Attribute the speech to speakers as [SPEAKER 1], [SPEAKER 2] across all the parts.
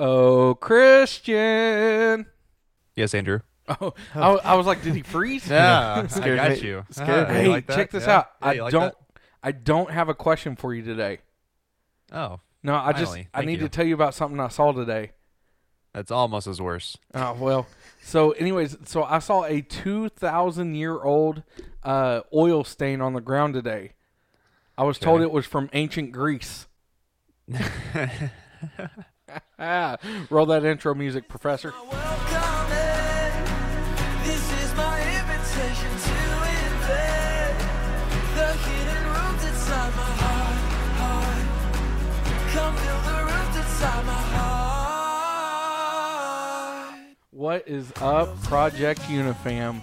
[SPEAKER 1] Oh, Christian.
[SPEAKER 2] Yes, Andrew.
[SPEAKER 1] Oh, I, I was like, did he freeze?
[SPEAKER 2] Yeah, I
[SPEAKER 3] Scared
[SPEAKER 2] got
[SPEAKER 3] me-
[SPEAKER 2] you.
[SPEAKER 3] scared
[SPEAKER 2] Ah,
[SPEAKER 3] me.
[SPEAKER 2] you
[SPEAKER 1] Hey,
[SPEAKER 2] like that?
[SPEAKER 1] check this
[SPEAKER 2] Yeah?
[SPEAKER 1] out.
[SPEAKER 2] Yeah,
[SPEAKER 1] I
[SPEAKER 2] you like
[SPEAKER 1] don't. I don't have a question for you today.
[SPEAKER 2] that? Oh,
[SPEAKER 1] No, I just
[SPEAKER 2] Finally.
[SPEAKER 1] I
[SPEAKER 2] Thank
[SPEAKER 1] need
[SPEAKER 2] you.
[SPEAKER 1] to tell you about something I saw today.
[SPEAKER 2] that's almost as worse.
[SPEAKER 1] Oh well. So, anyways, so I saw a two thousand year old uh, oil stain on the ground today. I was told
[SPEAKER 2] Okay.
[SPEAKER 1] it was from ancient Greece. Ah, roll that intro music, Professor.
[SPEAKER 4] Welcome in. This is my invitation to invade the hidden rooms inside my heart, heart. Come fill the rooms inside my heart.
[SPEAKER 1] What is up, Project Unifam?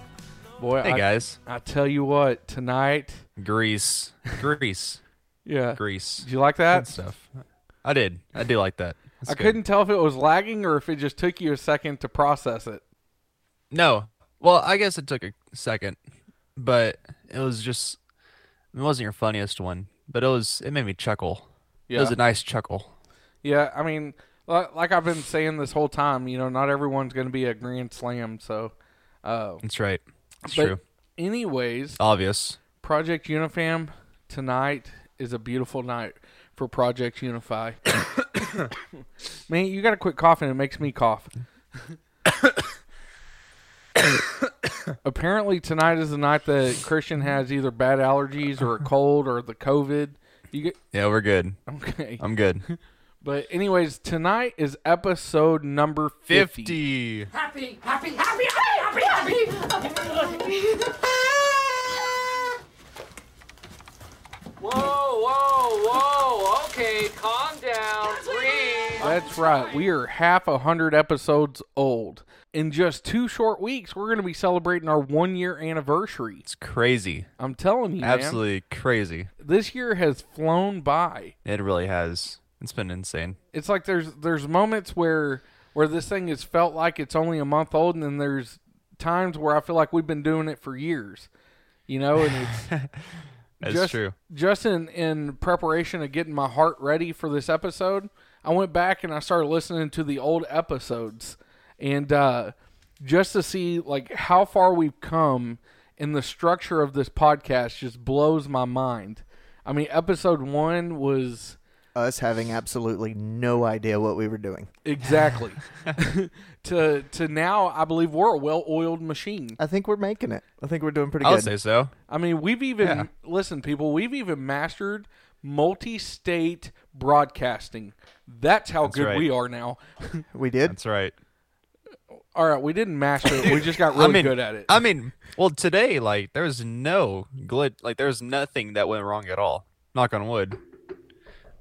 [SPEAKER 1] Boy,
[SPEAKER 2] Hey
[SPEAKER 1] I,
[SPEAKER 2] guys,
[SPEAKER 1] I tell you what, tonight.
[SPEAKER 2] Grease, Grease,
[SPEAKER 1] Yeah.
[SPEAKER 2] Grease.
[SPEAKER 1] Did you like that?
[SPEAKER 2] Good stuff. I did. I do like that. That's
[SPEAKER 1] I
[SPEAKER 2] good.
[SPEAKER 1] couldn't tell if it was lagging or if it just took you a second to process it.
[SPEAKER 2] No. Well, I guess it took a second, but it was just. It wasn't your funniest one, but it was. It made me chuckle. It was a nice chuckle.
[SPEAKER 1] Yeah, I mean, li- like I've been saying this whole time, you know, not everyone's going to be a grand slam. So, uh,
[SPEAKER 2] That's right. It's
[SPEAKER 1] But-
[SPEAKER 2] true.
[SPEAKER 1] anyways,
[SPEAKER 2] Obvious.
[SPEAKER 1] Project Unifam tonight is a beautiful night for Project Unify. Man, you got to quit coughing. It makes me cough. Apparently, tonight is the night that Christian has either bad allergies or a cold or the COVID. You get
[SPEAKER 2] Yeah, we're good.
[SPEAKER 1] okay,
[SPEAKER 2] I'm good.
[SPEAKER 1] but anyways, tonight is episode number 50.
[SPEAKER 2] Fifty.
[SPEAKER 5] happy, happy, happy, happy, happy, happy.
[SPEAKER 4] Whoa, whoa, whoa. Okay, calm down, please.
[SPEAKER 1] That's right. We are half a hundred episodes old. In just two short weeks, we're going to be celebrating our one year anniversary.
[SPEAKER 2] It's crazy.
[SPEAKER 1] I'm telling you, man,
[SPEAKER 2] Absolutely crazy.
[SPEAKER 1] this year has flown by.
[SPEAKER 2] It really has. It's been insane.
[SPEAKER 1] It's like there's there's moments where where this thing has felt like it's only a month old, and then there's times where I feel like we've been doing it for years. You know, and it's
[SPEAKER 2] That's
[SPEAKER 1] just,
[SPEAKER 2] true.
[SPEAKER 1] Just in, in preparation of getting my heart ready for this episode, I went back and I started listening to the old episodes and uh, just to see like how far we've come and the structure of this podcast just blows my mind. I mean, episode one was
[SPEAKER 3] Us having absolutely no idea what we were doing.
[SPEAKER 1] exactly to to now. I believe we're a well-oiled machine.
[SPEAKER 3] I think we're making it. I think we're doing pretty
[SPEAKER 2] I would
[SPEAKER 3] good.
[SPEAKER 2] say so.
[SPEAKER 1] I mean, we've even
[SPEAKER 2] Yeah.
[SPEAKER 1] listen, people. We've even mastered multi-state broadcasting. That's how good
[SPEAKER 2] right.
[SPEAKER 1] we are now.
[SPEAKER 3] we did.
[SPEAKER 2] That's right.
[SPEAKER 1] All right, we didn't master it. We just got really
[SPEAKER 2] I mean,
[SPEAKER 1] good at it.
[SPEAKER 2] I mean, well, today, like, there was no glitch. Like, there was nothing that went wrong at all. Knock on wood.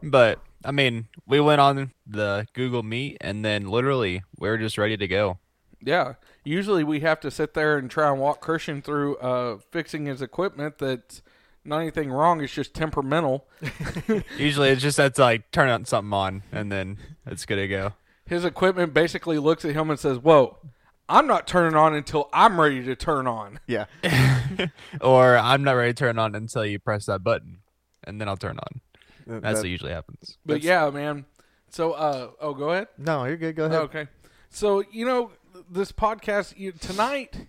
[SPEAKER 2] But I mean, we went on the Google Meet, and then literally, we were just ready to go.
[SPEAKER 1] yeah. Usually, we have to sit there and try and walk Christian through uh, fixing his equipment. That's not anything wrong. It's just temperamental.
[SPEAKER 2] Usually, it's just that's like turn on something on, and then it's good to go.
[SPEAKER 1] His equipment basically looks at him and says, "Whoa, I'm not turning on until I'm ready to turn on."
[SPEAKER 3] yeah.
[SPEAKER 2] Or I'm not ready to turn on until you press that button, and then I'll turn on.
[SPEAKER 3] Th-
[SPEAKER 2] That's
[SPEAKER 3] that-
[SPEAKER 2] what usually happens.
[SPEAKER 1] But yeah, man. So, uh, oh, go ahead.
[SPEAKER 3] no, you're good. Go ahead.
[SPEAKER 1] Okay. So, you know, this podcast you, tonight,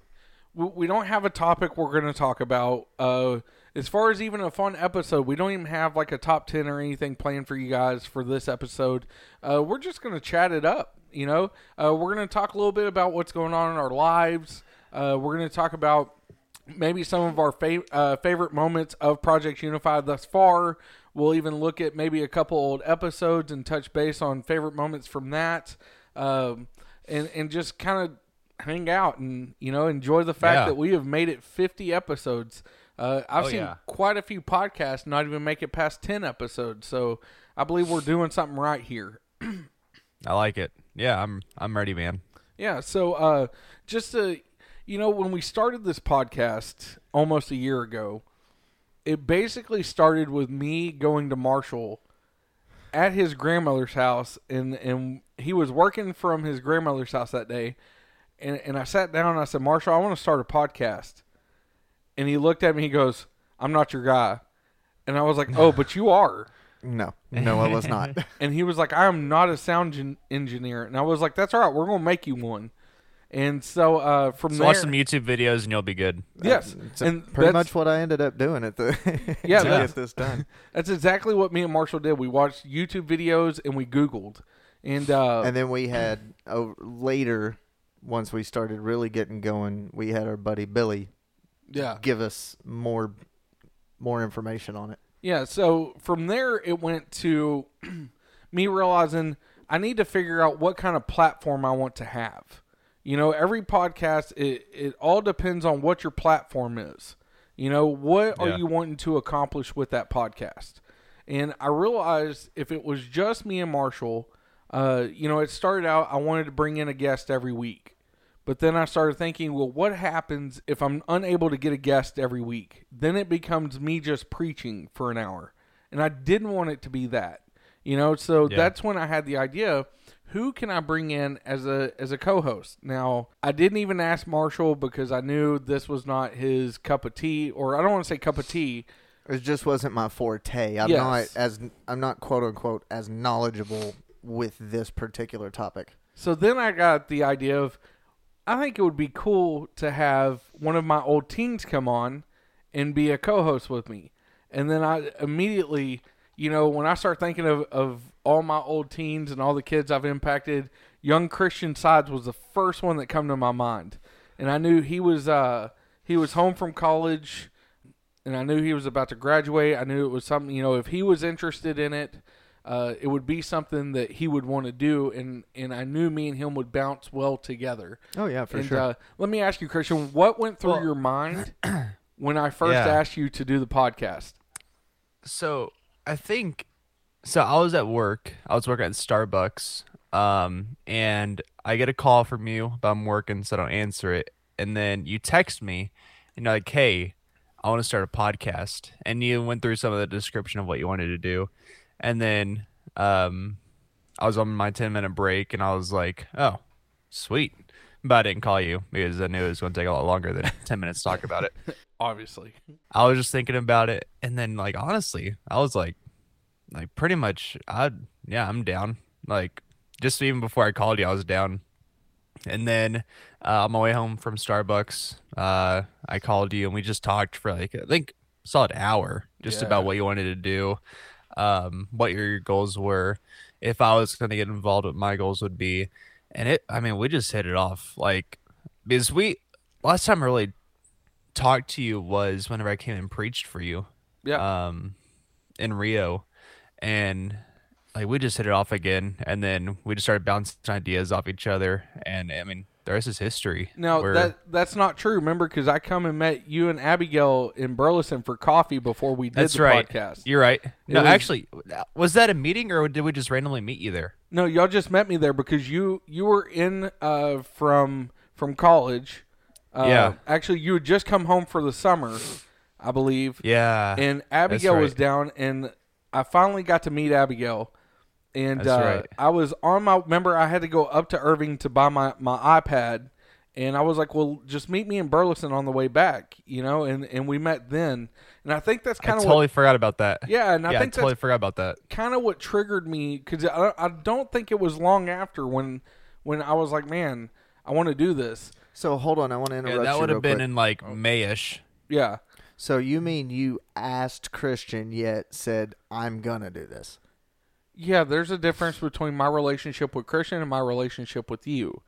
[SPEAKER 1] we, we don't have a topic we're going to talk about. Uh, as far as even a fun episode, we don't even have like a top 10 or anything planned for you guys for this episode. Uh, we're just going to chat it up. You know, uh, we're going to talk a little bit about what's going on in our lives. Uh, we're going to talk about maybe some of our fav- uh, favorite moments of Project Unify thus far. We'll even look at maybe a couple old episodes and touch base on favorite moments from that, um, and and just kind of hang out and you know enjoy the fact
[SPEAKER 2] Yeah.
[SPEAKER 1] that we have made it 50 episodes. Uh, I've
[SPEAKER 2] Oh,
[SPEAKER 1] seen
[SPEAKER 2] yeah.
[SPEAKER 1] quite a few podcasts not even make it past 10 episodes, so I believe we're doing something right here.
[SPEAKER 2] I like it. Yeah, I'm I'm ready, man.
[SPEAKER 1] Yeah. So, uh, just to, you know, when we started this podcast almost a year ago, it basically started with me going to Marshall at his grandmother's house, and and he was working from his grandmother's house that day, and and I sat down and I said, Marshall, I want to start a podcast, and he looked at me, he goes, I'm not your guy, and I was like, Oh, but you are.
[SPEAKER 3] No, no, I was not.
[SPEAKER 1] and he was like, "I am not a sound gen- engineer," and I was like, "That's all right, we're gonna make you one." And so uh, from
[SPEAKER 2] So
[SPEAKER 1] there,
[SPEAKER 2] watch some YouTube videos and you'll be good.
[SPEAKER 1] yes,
[SPEAKER 3] It's
[SPEAKER 1] and
[SPEAKER 3] pretty
[SPEAKER 1] that's,
[SPEAKER 3] much what I ended up doing at the
[SPEAKER 1] Yeah,
[SPEAKER 3] to
[SPEAKER 1] that's-
[SPEAKER 3] get this done.
[SPEAKER 1] that's exactly what me and Marshall did. We watched YouTube videos and we Googled, and uh,
[SPEAKER 3] And then we had oh, later, once we started really getting going, we had our buddy Billy
[SPEAKER 1] yeah,
[SPEAKER 3] give us more more information on it.
[SPEAKER 1] Yeah, so from there it went to me realizing I need to figure out what kind of platform I want to have. You know, every podcast it it all depends on what your platform is. You know, what
[SPEAKER 2] Yeah.
[SPEAKER 1] are you wanting to accomplish with that podcast? And I realized if it was just me and Marshall, uh, you know, it started out I wanted to bring in a guest every week. But then I started thinking, well, what happens if I'm unable to get a guest every week? Then it becomes me just preaching for an hour. And I didn't want it to be that. You know, so
[SPEAKER 2] Yeah.
[SPEAKER 1] that's when I had the idea, who can I bring in as a as a co-host? Now, I didn't even ask Marshall because I knew this was not his cup of tea or I don't want to say cup of tea.
[SPEAKER 3] It just wasn't my forte. I'm
[SPEAKER 1] Yes.
[SPEAKER 3] not as I'm not quote unquote as knowledgeable with this particular topic.
[SPEAKER 1] So then I got the idea of I think it would be cool to have one of my old teens come on and be a co-host with me. And then I immediately, you know, when I start thinking of, of all my old teens and all the kids I've impacted, young Christian Sides was the first one that come to my mind. And I knew he was uh he was home from college and I knew he was about to graduate. I knew it was something, you know, if he was interested in it, uh, it would be something that he would want to do, and and I knew me and him would bounce well together.
[SPEAKER 3] Oh yeah,
[SPEAKER 1] and uh, let me ask you, Christian, what went through
[SPEAKER 2] Well-
[SPEAKER 1] your mind when I first
[SPEAKER 2] Yeah.
[SPEAKER 1] asked you to do the podcast?
[SPEAKER 2] So I think so I was at work. I was working at Starbucks. Um and I get a call from you, but I'm working, so I don't answer it. And then you text me and you're like, Hey, I want to start a podcast. And you went through some of the description of what you wanted to do. And then um I was on my ten minute break and I was like, Oh, sweet. But I didn't call you because I knew it was gonna take a lot longer than ten minutes to talk about it.
[SPEAKER 1] Obviously,
[SPEAKER 2] I was just thinking about it, and then like honestly, I was like, like pretty much, I yeah, I'm down. Like just even before I called you, I was down. And then uh, on my way home from Starbucks, uh, I called you, and we just talked for like I think a solid hour, just
[SPEAKER 1] Yeah.
[SPEAKER 2] about what you wanted to do, um, what your goals were, if I was going to get involved, what my goals would be, and it. I mean, we just hit it off like because we last time I really talked to you was whenever I came and preached for you
[SPEAKER 1] yeah,
[SPEAKER 2] um in Rio and like we just hit it off again and then we just started bouncing ideas off each other and I mean the rest is history.
[SPEAKER 1] No,
[SPEAKER 2] We're-
[SPEAKER 1] that that's not true. Remember, because I come and met you and Abigail in Burleson for coffee before we did
[SPEAKER 2] that's
[SPEAKER 1] the
[SPEAKER 2] right.
[SPEAKER 1] podcast.
[SPEAKER 2] You're right. No,
[SPEAKER 1] was-
[SPEAKER 2] actually was that a meeting or did we just randomly meet you there?
[SPEAKER 1] No, y'all just met me there because you you were in uh, from from college. Uh,
[SPEAKER 2] Yeah.
[SPEAKER 1] actually, you had just come home for the summer, I believe.
[SPEAKER 2] Yeah.
[SPEAKER 1] and Abigail was
[SPEAKER 2] right.
[SPEAKER 1] down, and I finally got to meet Abigail. And
[SPEAKER 2] That's
[SPEAKER 1] uh,
[SPEAKER 2] right.
[SPEAKER 1] I was on my. Remember, I had to go up to Irving to buy my my iPad, and I was like, "Well, just meet me in Burleson on the way back," you know. And and we met then, and I think that's
[SPEAKER 2] I
[SPEAKER 1] kind of
[SPEAKER 2] totally forgot about that.
[SPEAKER 1] Yeah, and I
[SPEAKER 2] yeah,
[SPEAKER 1] think
[SPEAKER 2] I totally
[SPEAKER 1] that's-
[SPEAKER 2] forgot about that.
[SPEAKER 1] kind of what triggered me because I, I don't think it was long after when when I was like, "Man, I want to do this."
[SPEAKER 3] so hold on, I want to interrupt
[SPEAKER 2] Yeah, that
[SPEAKER 3] you
[SPEAKER 2] would
[SPEAKER 3] real
[SPEAKER 2] have been
[SPEAKER 3] quick.
[SPEAKER 2] in like
[SPEAKER 1] Oh.
[SPEAKER 2] Mayish.
[SPEAKER 1] Yeah,
[SPEAKER 3] so you mean you asked Christian yet said I'm gonna do this?
[SPEAKER 1] yeah. There's a difference between my relationship with Christian and my relationship with you.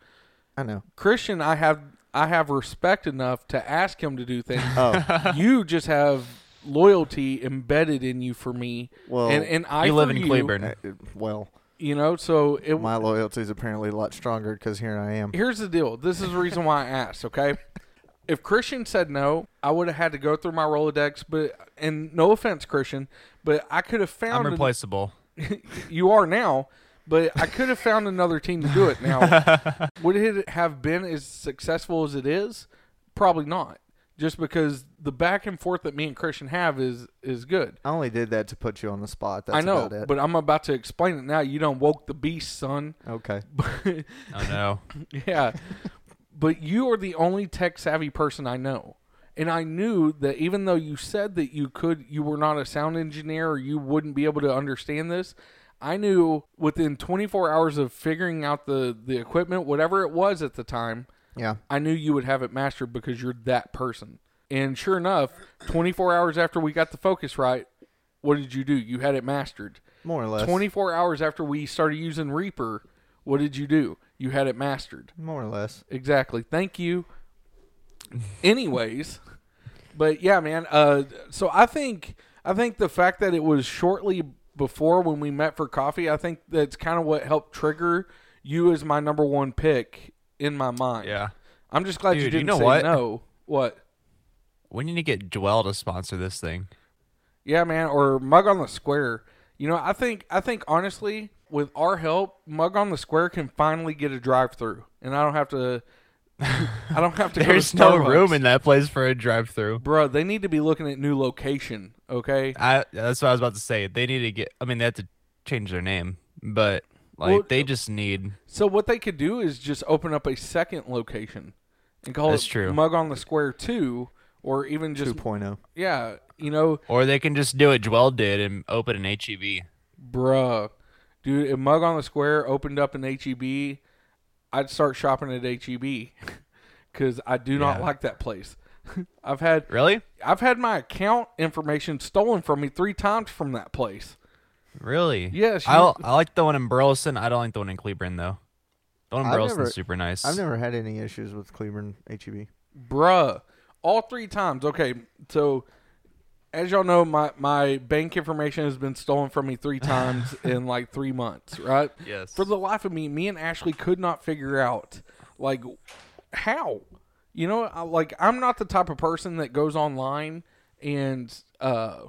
[SPEAKER 3] I know.
[SPEAKER 1] Christian, I have I have respect enough to ask him to do things.
[SPEAKER 3] Oh,
[SPEAKER 1] you just have loyalty embedded in you for me.
[SPEAKER 3] Well,
[SPEAKER 1] and, and I
[SPEAKER 2] you live
[SPEAKER 1] for
[SPEAKER 2] in Cleburne.
[SPEAKER 3] uh, well,
[SPEAKER 1] You know, so it,
[SPEAKER 3] my loyalty's apparently a lot stronger because here I am.
[SPEAKER 1] here's the deal. This is the reason why I asked. Okay, if Christian said no, I would have had to go through my Rolodex. But and no offense, Christian, but I could have
[SPEAKER 2] I'm
[SPEAKER 1] found an-
[SPEAKER 2] replaceable.
[SPEAKER 1] you are now. But I could have found another team to do it. Now, would it have been as successful as it is? Probably not. Just because the back and forth that me and Christian have is is good.
[SPEAKER 3] I only did that to put you on the spot. That's
[SPEAKER 1] I know,
[SPEAKER 3] about it.
[SPEAKER 1] but I'm about to explain it now. You don't woke the beast, son.
[SPEAKER 3] okay.
[SPEAKER 2] Oh no.
[SPEAKER 1] yeah, but you are the only tech savvy person I know, And I knew that even though you said that you could, you were not a sound engineer or you wouldn't be able to understand this. I knew within 24 hours of figuring out the, the equipment, whatever it was at the time,
[SPEAKER 3] Yeah.
[SPEAKER 1] I knew you would have it mastered because you're that person. And sure enough, 24 hours after we got the focus right, what did you do? You had it mastered.
[SPEAKER 3] More or less.
[SPEAKER 1] 24 hours after we started using Reaper, what did you do? You had it mastered.
[SPEAKER 3] More or less.
[SPEAKER 1] Exactly. Thank you. Anyways, but yeah, man. Uh, so I think I think the fact that it was shortly before when we met for coffee, I think that's kind of what helped trigger you as my number one pick in my mind.
[SPEAKER 2] Yeah.
[SPEAKER 1] I'm just glad you
[SPEAKER 2] Dude, you
[SPEAKER 1] didn't
[SPEAKER 2] know
[SPEAKER 1] say
[SPEAKER 2] what?
[SPEAKER 1] no. What?
[SPEAKER 2] We need to get Joel to sponsor this thing.
[SPEAKER 1] Yeah, man, or Mug on the Square. You know, I think I think honestly, with our help, Mug on the Square can finally get a drive-through, and I don't have to. I don't have to.
[SPEAKER 2] There's
[SPEAKER 1] go
[SPEAKER 2] no
[SPEAKER 1] to Starbucks.
[SPEAKER 2] room in that place for a drive-through.
[SPEAKER 1] Bro, they need to be looking at new location. Okay.
[SPEAKER 2] I that's what I was about to say. They need to get. I mean, they have to change their name, but like
[SPEAKER 1] Well,
[SPEAKER 2] they just need.
[SPEAKER 1] So what they could do is just open up a second location and call
[SPEAKER 2] That's
[SPEAKER 1] it
[SPEAKER 2] true.
[SPEAKER 1] Mug on the Square Two, oh. or even just
[SPEAKER 3] 2.0.
[SPEAKER 1] yeah, you know,
[SPEAKER 2] Or they can just do what Joel did and open an E HEB.
[SPEAKER 1] bruh, dude. If Mug on the Square opened up an HEB, I'd start shopping at HEB because I do not
[SPEAKER 2] Yeah.
[SPEAKER 1] like that place. I've had
[SPEAKER 2] Really?
[SPEAKER 1] I've had my account information stolen from me three times from that place.
[SPEAKER 2] Really?
[SPEAKER 1] Yes,
[SPEAKER 2] I
[SPEAKER 1] you-
[SPEAKER 2] I like the one in Burleson. I don't like the one in Cleburne though. The one in
[SPEAKER 3] I've
[SPEAKER 2] Burleson's
[SPEAKER 3] never-
[SPEAKER 2] super nice.
[SPEAKER 3] I've never had any issues with Cleburne E HEB.
[SPEAKER 1] bruh all three times okay so as y'all know my my bank information has been stolen from me three times in like three months right
[SPEAKER 2] Yes.
[SPEAKER 1] for the life of me me and ashley could not figure out like how you know I, like i'm not the type of person that goes online and uh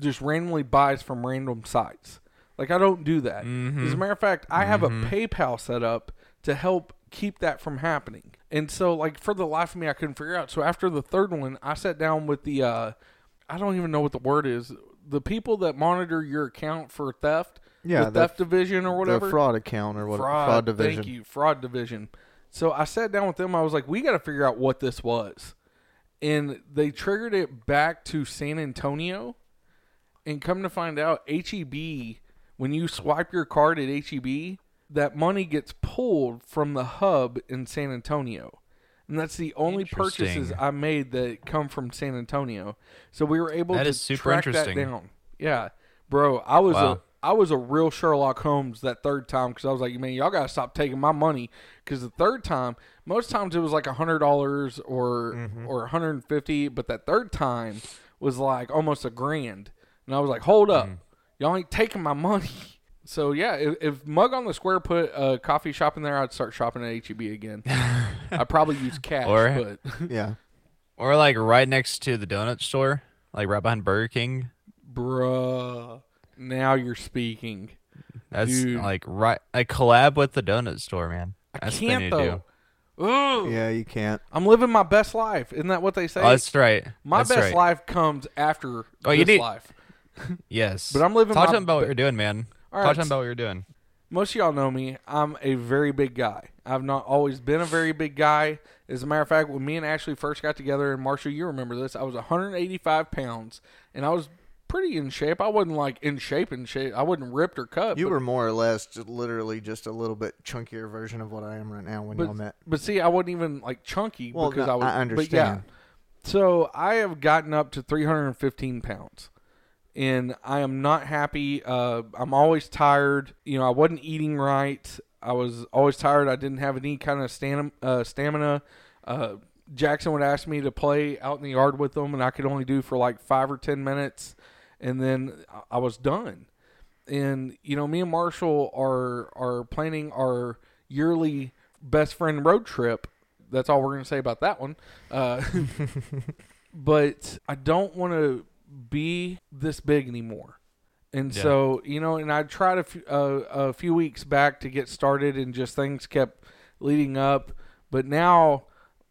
[SPEAKER 1] just randomly buys from random sites like i don't do that
[SPEAKER 3] Mm-hmm.
[SPEAKER 1] as a matter of fact i have a paypal set up to help keep that from happening and so like for the life of me i couldn't figure out so after the third one i sat down with the uh i don't even know what the word is the people that monitor your account for theft
[SPEAKER 3] Yeah,
[SPEAKER 1] the
[SPEAKER 3] the-
[SPEAKER 1] theft division or whatever
[SPEAKER 3] The fraud account or what?
[SPEAKER 1] fraud,
[SPEAKER 3] Fraud, division.
[SPEAKER 1] Thank you, fraud division. So I sat down with them. I was like, we got to figure out what this was, and they triggered it back to San Antonio, and come to find out, HEB, when you swipe your card at HEB, that money gets pulled from the hub in San Antonio. And that's the only purchases
[SPEAKER 2] Interesting.
[SPEAKER 1] I made that come from San Antonio. So we were able
[SPEAKER 2] That
[SPEAKER 1] to
[SPEAKER 2] is super
[SPEAKER 1] track
[SPEAKER 2] interesting.
[SPEAKER 1] that down down. Yeah, bro, I was a
[SPEAKER 2] Wow.
[SPEAKER 1] I was a real Sherlock Holmes that third time because I was like, man, y'all gotta stop taking my money because the third time, most times it was like a hundred dollars or
[SPEAKER 2] Mm-hmm.
[SPEAKER 1] or a hundred and fifty, but that third time was like almost a grand, and I was like, hold
[SPEAKER 2] Mm-hmm.
[SPEAKER 1] up, y'all ain't taking my money. So yeah, if, if Mug on the Square put a coffee shop in there, I'd start shopping at HEB again. I probably use cash,
[SPEAKER 2] Or-
[SPEAKER 1] but
[SPEAKER 3] Yeah.
[SPEAKER 2] Or like right next to the donut store, like right behind Burger King.
[SPEAKER 1] bruh, now you're speaking.
[SPEAKER 2] That's
[SPEAKER 1] Dude.
[SPEAKER 2] like right. I collab with the donut store, man. That's what they
[SPEAKER 1] Can't
[SPEAKER 2] need to do.
[SPEAKER 1] though. Ooh.
[SPEAKER 3] Yeah, you can't.
[SPEAKER 1] I'm living my best life. Isn't that what they say?
[SPEAKER 2] Oh, that's right.
[SPEAKER 1] my
[SPEAKER 2] That's
[SPEAKER 1] best
[SPEAKER 2] right.
[SPEAKER 1] life comes after
[SPEAKER 2] Oh,
[SPEAKER 1] this
[SPEAKER 2] you need-
[SPEAKER 1] life.
[SPEAKER 2] Yes.
[SPEAKER 1] But I'm living
[SPEAKER 2] Talk
[SPEAKER 1] my
[SPEAKER 2] to him about
[SPEAKER 1] be-
[SPEAKER 2] what you're doing, man.
[SPEAKER 1] All right,
[SPEAKER 2] Talk to
[SPEAKER 1] s-
[SPEAKER 2] him about what you're doing.
[SPEAKER 1] Most of y'all know me. I'm a very big guy. I've not always been a very big guy. As a matter of fact, when me and Ashley first got together, and Marshall, you remember this, I was 185 pounds, and I was pretty in shape. I wasn't like in shape in shape. I wasn't ripped or cut.
[SPEAKER 3] You
[SPEAKER 1] but-
[SPEAKER 3] were more or less just literally just a little bit chunkier version of what I am right now when y'all
[SPEAKER 1] but,
[SPEAKER 3] met.
[SPEAKER 1] but see, I wasn't even like chunky
[SPEAKER 3] Well,
[SPEAKER 1] because
[SPEAKER 3] no,
[SPEAKER 1] I was.
[SPEAKER 3] I
[SPEAKER 1] But yeah,
[SPEAKER 3] understand.
[SPEAKER 1] so I have gotten up to 315 pounds, and I am not happy. Uh, I'm always tired. You know, I wasn't eating right. I was always tired. I didn't have any kind of stam- uh, stamina. Uh, Jackson would ask me to play out in the yard with them, and I could only do for like five or ten minutes, and then I- I was done and you know me and Marshall are are planning our yearly best friend road trip. That's all we're gonna say about that one. Uh, but I don't want to be this big anymore. And
[SPEAKER 2] Yeah.
[SPEAKER 1] so you know, and I tried a few, uh, a few weeks back to get started, and just things kept leading up. But now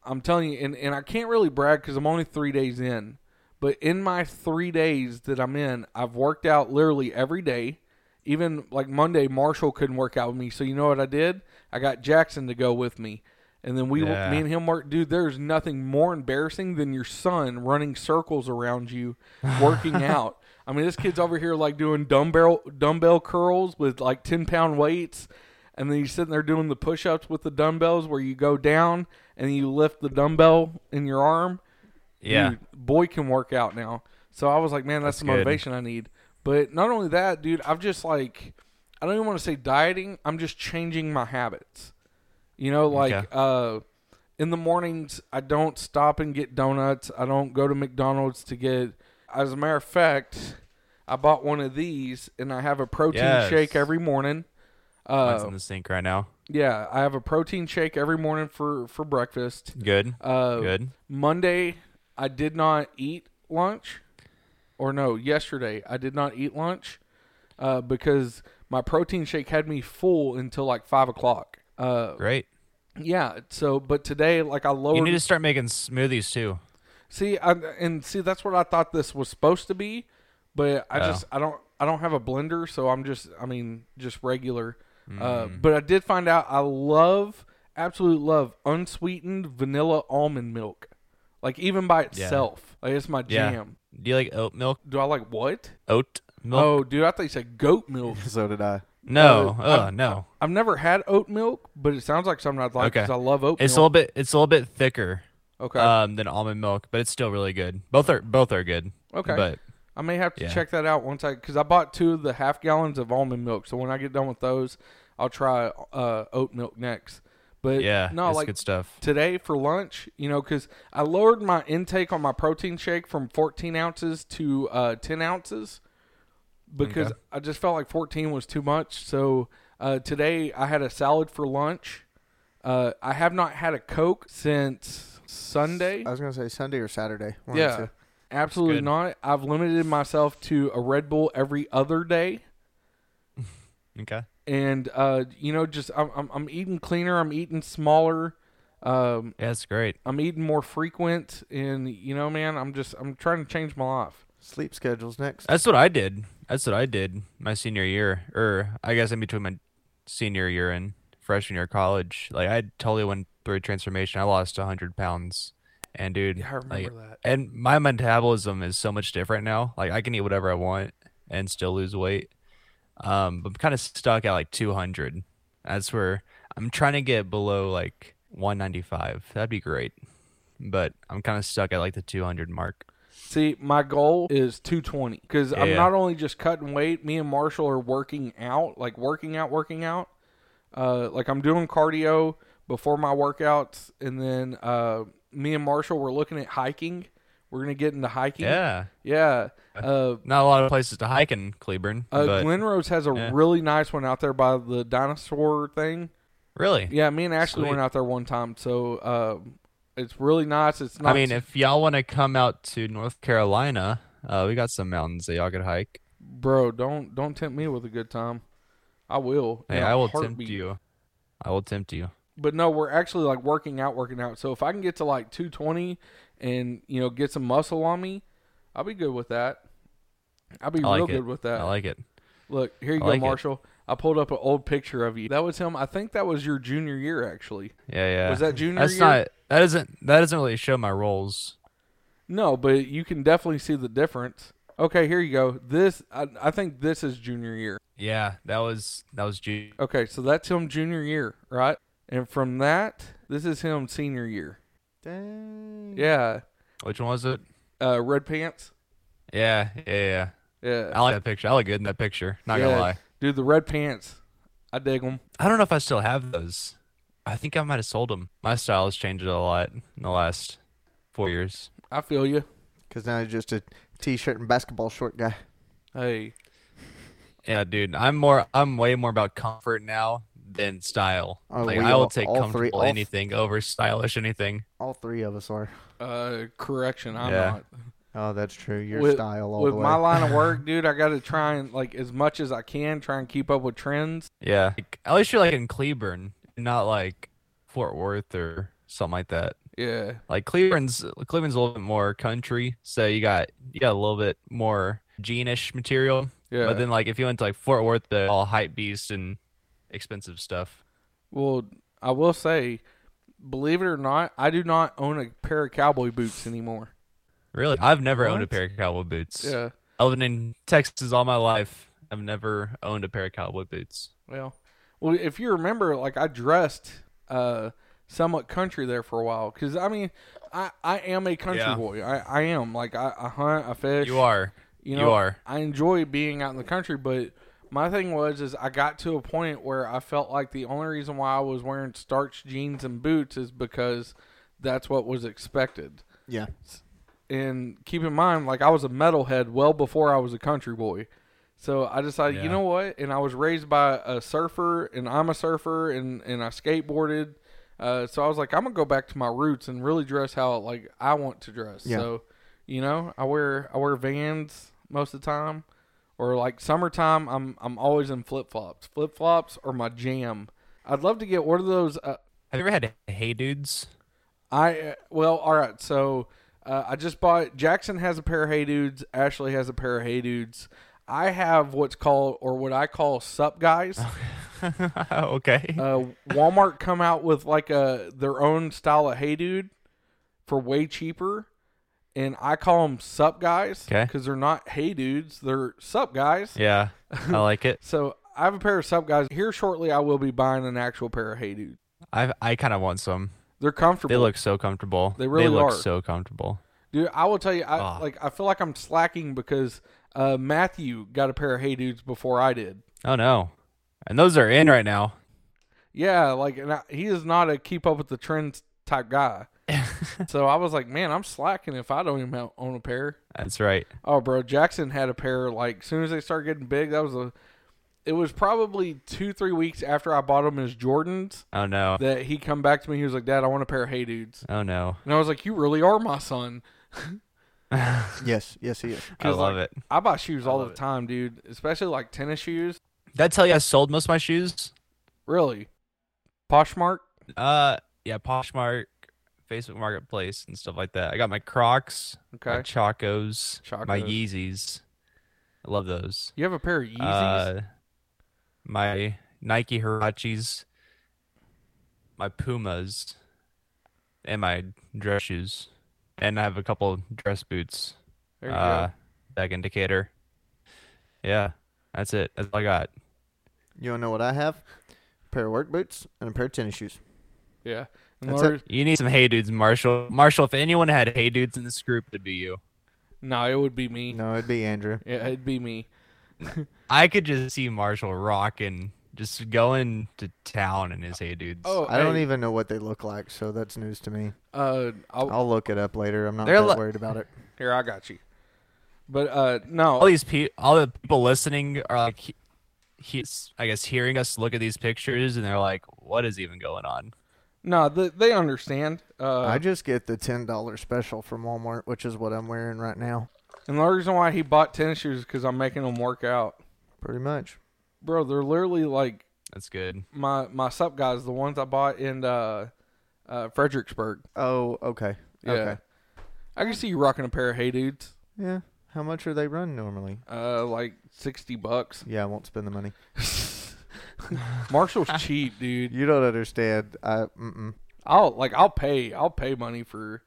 [SPEAKER 1] I'm telling you, and, and I can't really brag because I'm only three days in. But in my three days that I'm in, I've worked out literally every day. Even like Monday, Marshall couldn't work out with me. So you know what I did? I got Jackson to go with me. And then we,
[SPEAKER 2] Yeah.
[SPEAKER 1] me and him worked, dude, there's nothing more embarrassing than your son running circles around you working out. I mean, this kid's over here like doing dumbbell, dumbbell curls with like 10 pound weights. And then he's sitting there doing the push ups with the dumbbells where you go down and you lift the dumbbell in your arm.
[SPEAKER 2] Yeah.
[SPEAKER 1] Dude, boy can work out now. So I was like, man, that's,
[SPEAKER 2] That's
[SPEAKER 1] the
[SPEAKER 2] good.
[SPEAKER 1] motivation I need. But not only that, dude, I've just like, I don't even want to say dieting. I'm just changing my habits. You know, like
[SPEAKER 2] Okay.
[SPEAKER 1] uh, in the mornings, I don't stop and get donuts. I don't go to McDonald's to get. As a matter of fact, I bought one of these, and I have a protein
[SPEAKER 2] Yes.
[SPEAKER 1] shake every morning.
[SPEAKER 2] Mine's
[SPEAKER 1] Uh,
[SPEAKER 2] in the sink right now.
[SPEAKER 1] yeah, I have a protein shake every morning for for breakfast.
[SPEAKER 2] Good.
[SPEAKER 1] Uh,
[SPEAKER 2] Good.
[SPEAKER 1] Monday, I did not eat lunch, or no, yesterday I did not eat lunch uh, because my protein shake had me full until like five o'clock. Uh,
[SPEAKER 2] Great.
[SPEAKER 1] yeah. So, but today, like I
[SPEAKER 2] You
[SPEAKER 1] lowered.
[SPEAKER 2] need to start making smoothies too.
[SPEAKER 1] see, I, and see that's what I thought this was supposed to be, but I
[SPEAKER 2] Oh.
[SPEAKER 1] just I don't I don't have a blender, so I'm just I mean just regular. Uh,
[SPEAKER 2] Mm.
[SPEAKER 1] but I did find out I love absolute love unsweetened vanilla almond milk, like even by itself. Like it's my
[SPEAKER 2] Yeah.
[SPEAKER 1] jam.
[SPEAKER 2] Do you like oat milk?
[SPEAKER 1] Do I like what?
[SPEAKER 2] Oat milk?
[SPEAKER 1] Oh, dude, I thought you said goat milk.
[SPEAKER 3] So did I.
[SPEAKER 2] no.
[SPEAKER 1] uh,
[SPEAKER 2] Oh,
[SPEAKER 1] I'm-
[SPEAKER 2] no.
[SPEAKER 1] I've never had oat milk, but it sounds like something I'd like
[SPEAKER 2] Okay.
[SPEAKER 1] because I love oat
[SPEAKER 2] It's a little
[SPEAKER 1] milk.
[SPEAKER 2] bit. It's a little bit thicker
[SPEAKER 1] okay,
[SPEAKER 2] um, than almond milk, but it's still really good. Both are both are good.
[SPEAKER 1] Okay.
[SPEAKER 2] But
[SPEAKER 1] I may have to
[SPEAKER 2] yeah.
[SPEAKER 1] check that out once I because I bought two of the half gallons of almond milk. So when I get done with those, I'll try uh, oat milk next. But
[SPEAKER 2] yeah,
[SPEAKER 1] no,
[SPEAKER 2] it's
[SPEAKER 1] like
[SPEAKER 2] good stuff.
[SPEAKER 1] today for lunch, you know, because I lowered my intake on my protein shake from 14 ounces to uh, 10 ounces because
[SPEAKER 2] Okay.
[SPEAKER 1] I just felt like 14 was too much. So uh, today I had a salad for lunch. Uh, I have not had a Coke since Sunday.
[SPEAKER 3] I was gonna say Sunday or Saturday. one or
[SPEAKER 1] yeah,
[SPEAKER 3] two.
[SPEAKER 1] absolutely
[SPEAKER 2] Good.
[SPEAKER 1] not. I've limited myself to a Red Bull every other day
[SPEAKER 2] Okay.
[SPEAKER 1] and uh, you know, just I'm, I'm I'm eating cleaner. I'm eating smaller. Um,
[SPEAKER 2] Yeah, it's great.
[SPEAKER 1] I'm eating more frequent, and you know, man, I'm just I'm trying to change my life.
[SPEAKER 3] Sleep schedules next.
[SPEAKER 1] Uh,
[SPEAKER 2] That's what I did. That's what I did my senior year, or I guess in between my senior year and freshman year of college. Like I totally went through a transformation. I lost hundred pounds, and dude,
[SPEAKER 1] Yeah, I remember
[SPEAKER 2] like-
[SPEAKER 1] that.
[SPEAKER 2] And my metabolism is so much different now. Like I can eat whatever I want and still lose weight. Um, but I'm kind of stuck at like two hundred. That's where I'm trying to get below like one ninety five. That'd be great, but I'm kind of stuck at like the two hundred mark.
[SPEAKER 1] See, my goal is 220 because I'm
[SPEAKER 2] Yeah.
[SPEAKER 1] not only just cutting weight. Me and Marshall are working out, like working out, working out. Uh, like I'm doing cardio before my workouts, and then uh, me and Marshall we're looking at hiking. We're gonna get into hiking.
[SPEAKER 2] Yeah.
[SPEAKER 1] yeah. Uh,
[SPEAKER 2] Not a lot of places to hike in Cleburne.
[SPEAKER 1] uh,
[SPEAKER 2] but
[SPEAKER 1] Glenrose has a
[SPEAKER 2] yeah.
[SPEAKER 1] really nice one out there by the dinosaur thing.
[SPEAKER 2] really,
[SPEAKER 1] Yeah, me and Ashley
[SPEAKER 2] Sweet.
[SPEAKER 1] went out there one time, so uh, it's really nice. It's not
[SPEAKER 2] I mean, if y'all want to come out to North Carolina, uh, we got some mountains that y'all could hike.
[SPEAKER 1] bro, don't don't tempt me with a good time. I will.
[SPEAKER 2] Hey,
[SPEAKER 1] in a
[SPEAKER 2] I will tempt
[SPEAKER 1] heartbeat.
[SPEAKER 2] you. I will tempt you.
[SPEAKER 1] But no, we're actually like working out, working out. So if I can get to like 220 and you know get some muscle on me, I'll be good with that. I'll be
[SPEAKER 2] I like
[SPEAKER 1] real
[SPEAKER 2] it.
[SPEAKER 1] good with that.
[SPEAKER 2] I like it.
[SPEAKER 1] Look, here you
[SPEAKER 2] I
[SPEAKER 1] go,
[SPEAKER 2] like it.
[SPEAKER 1] Marshall. I pulled up an old picture of you. That was him. I think that was your junior year, actually.
[SPEAKER 2] Yeah, yeah.
[SPEAKER 1] Was that junior
[SPEAKER 2] That's
[SPEAKER 1] year?
[SPEAKER 2] not. That doesn't. That doesn't really show my roles.
[SPEAKER 1] No, but you can definitely see the difference. Okay, here you go. This I, I think this is junior year.
[SPEAKER 2] Yeah, that was that was ju-
[SPEAKER 1] Okay, so that's him junior year, right? And from that, this is him senior year.
[SPEAKER 3] Dang.
[SPEAKER 1] Yeah.
[SPEAKER 2] Which one was it?
[SPEAKER 1] Uh, red pants.
[SPEAKER 2] Yeah, yeah, yeah.
[SPEAKER 1] Yeah.
[SPEAKER 2] I like that picture. I look good in that picture. Not
[SPEAKER 1] Yeah.
[SPEAKER 2] gonna lie.
[SPEAKER 1] Dude, the red pants. I dig them.
[SPEAKER 2] I don't know if I still have those. I think I might have sold them. My style has changed a lot in the last four years.
[SPEAKER 1] I feel you.
[SPEAKER 3] Because now you're just a t-shirt and basketball short guy.
[SPEAKER 1] Hey.
[SPEAKER 2] Yeah, dude, I'm more. I'm way more about comfort now than style.
[SPEAKER 3] Oh,
[SPEAKER 2] like
[SPEAKER 3] we
[SPEAKER 2] I will
[SPEAKER 3] all-
[SPEAKER 2] take
[SPEAKER 3] all three-
[SPEAKER 2] comfortable
[SPEAKER 3] all f-
[SPEAKER 2] anything over stylish anything.
[SPEAKER 3] All three of us are.
[SPEAKER 1] Uh, correction. I'm
[SPEAKER 2] Yeah.
[SPEAKER 1] not.
[SPEAKER 3] Oh, that's true. Your
[SPEAKER 1] with,
[SPEAKER 3] style all
[SPEAKER 1] with
[SPEAKER 3] the way.
[SPEAKER 1] my line of work, dude, I got to try and like as much as I can try and keep up with trends.
[SPEAKER 2] Yeah, like, at least you're like in Cleburne, not like Fort Worth or something like that.
[SPEAKER 1] Yeah.
[SPEAKER 2] Like Cleburne's Cleburne's a little bit more country, so you got you got a little bit more jeanish material.
[SPEAKER 1] Yeah.
[SPEAKER 2] But then like if you went to like Fort Worth, the all hype beast and expensive stuff.
[SPEAKER 1] Well, I will say, believe it or not, I do not own a pair of cowboy boots anymore.
[SPEAKER 2] Really? I've never owned a
[SPEAKER 1] What?
[SPEAKER 2] pair of cowboy boots.
[SPEAKER 1] Yeah.
[SPEAKER 2] I lived in Texas all my life. I've never owned a pair of cowboy boots.
[SPEAKER 1] Well, well, if you remember, like I dressed uh, somewhat country there for a while because I mean, I, I am a country
[SPEAKER 2] Yeah.
[SPEAKER 1] boy. I, I am like I, I hunt, I fish.
[SPEAKER 2] You are.
[SPEAKER 1] You
[SPEAKER 2] you
[SPEAKER 1] know,
[SPEAKER 2] are.
[SPEAKER 1] I enjoy being out in the country, but my thing was is I got to a point where I felt like the only reason why I was wearing starched jeans and boots is because that's what was expected.
[SPEAKER 3] Yeah.
[SPEAKER 1] And keep in mind, like I was a metalhead well before I was a country boy. So I decided, you
[SPEAKER 2] Yeah.
[SPEAKER 1] know what? And I was raised by a surfer, and I'm a surfer, and and I skateboarded. Uh, so I was like, I'm gonna go back to my roots and really dress how like I want to dress.
[SPEAKER 3] Yeah.
[SPEAKER 1] So, you know, I wear I wear Vans most of the time, or like summertime, I'm I'm always in flip flops. Flip flops are my jam. I'd love to get one of those. Uh,
[SPEAKER 2] Have you ever had Hey Dudes?
[SPEAKER 1] I uh, well, all right. So uh, I just bought. Jackson has a pair of Hey Dudes. Ashley has a pair of Hey Dudes. I have what's called or what I call sup guys.
[SPEAKER 2] okay.
[SPEAKER 1] Uh, Walmart come out with like a their own style of Hey Dude for way cheaper, and I call them sup guys
[SPEAKER 2] 'Kay.
[SPEAKER 1] because they're not Hey Dudes, they're sup guys.
[SPEAKER 2] yeah. I like it.
[SPEAKER 1] So I have a pair of sup guys here shortly. I will be buying an actual pair of Hey Dudes.
[SPEAKER 2] I I kind of want some.
[SPEAKER 1] They're comfortable.
[SPEAKER 2] They look so comfortable.
[SPEAKER 1] They really
[SPEAKER 2] look
[SPEAKER 1] are.
[SPEAKER 2] so comfortable.
[SPEAKER 1] Dude, I will tell you, I
[SPEAKER 2] Ah.
[SPEAKER 1] like. I feel like I'm slacking because uh, Matthew got a pair of Hey Dudes before I did.
[SPEAKER 2] Oh no. And those are in right now.
[SPEAKER 1] Yeah, like, and I, he is not a keep up with the trends type guy. so I was like, man, I'm slacking if I don't even have- own a pair.
[SPEAKER 2] That's right.
[SPEAKER 1] Oh, bro, Jackson had a pair. Like, soon as they started getting big, that was a. It was probably two, three weeks after I bought him his Jordans
[SPEAKER 2] Oh no.
[SPEAKER 1] that he come back to me. He was like, "Dad, I want a pair of Hey Dudes,"
[SPEAKER 2] Oh no.
[SPEAKER 1] and I was like, "You really are my son."
[SPEAKER 3] Yes. Yes. He is.
[SPEAKER 2] I
[SPEAKER 1] 'Cause,
[SPEAKER 2] love
[SPEAKER 1] like,
[SPEAKER 2] it.
[SPEAKER 1] I buy shoes all
[SPEAKER 2] love
[SPEAKER 1] the
[SPEAKER 2] it.
[SPEAKER 1] time, dude. Especially like tennis shoes.
[SPEAKER 2] Did I tell you I sold most of my shoes?
[SPEAKER 1] Really? Poshmark?
[SPEAKER 2] Uh, yeah, Poshmark, Facebook Marketplace, and stuff like that. I got my Crocs, my
[SPEAKER 1] Okay.
[SPEAKER 2] Chacos, my
[SPEAKER 1] Chacos.
[SPEAKER 2] Yeezys. I love those.
[SPEAKER 1] You have a pair of Yeezys?
[SPEAKER 2] Uh, my Nike Hirachis, my Pumas, and my dress shoes, and I have a couple dress boots.
[SPEAKER 1] there you
[SPEAKER 2] uh,
[SPEAKER 1] go.
[SPEAKER 2] Back indicator. Yeah, that's it. That's all I got.
[SPEAKER 3] You wanna know what I have? A pair of work boots and a pair of tennis shoes.
[SPEAKER 1] Yeah. And
[SPEAKER 3] that's
[SPEAKER 1] Laura-
[SPEAKER 2] You need some hey dudes, Marshall. Marshall, if anyone had hey dudes in this group, it'd be you.
[SPEAKER 1] No, it would be me.
[SPEAKER 3] No, it'd be Andrew.
[SPEAKER 1] Yeah, it'd be me.
[SPEAKER 2] I could just see Marshall rocking, just going to town in his hey dudes.
[SPEAKER 1] Oh,
[SPEAKER 3] I don't
[SPEAKER 1] hey,
[SPEAKER 3] even know what they look like, so that's news to me.
[SPEAKER 1] Uh, I'll,
[SPEAKER 3] I'll look it up later. I'm not
[SPEAKER 2] They're
[SPEAKER 3] that
[SPEAKER 2] li-
[SPEAKER 3] worried about it.
[SPEAKER 1] here, I got you. But uh, no.
[SPEAKER 3] Oh,
[SPEAKER 2] all these people, all the people listening are like, he- he's, I guess, hearing us look at these pictures, and they're like, "What is even going on?"
[SPEAKER 1] No, th- they understand. Uh,
[SPEAKER 3] I just get the ten dollar special from Walmart, which is what I'm wearing right now.
[SPEAKER 1] and the reason why he bought tennis shoes is because I'm making him work out.
[SPEAKER 3] Pretty much.
[SPEAKER 1] Bro, they're literally like
[SPEAKER 2] That's good.
[SPEAKER 1] my, my sup guys, the ones I bought in uh, uh, Fredericksburg.
[SPEAKER 3] Oh, okay.
[SPEAKER 1] Yeah.
[SPEAKER 3] Okay.
[SPEAKER 1] I can see you rocking a pair of Hey Dudes,
[SPEAKER 3] Yeah. How much are they run normally?
[SPEAKER 1] uh, like 60 bucks.
[SPEAKER 3] Yeah, I won't spend the money.
[SPEAKER 1] Marshall's cheap, dude.
[SPEAKER 3] You don't understand. I mm-mm.
[SPEAKER 1] I'll like I'll pay I'll pay money for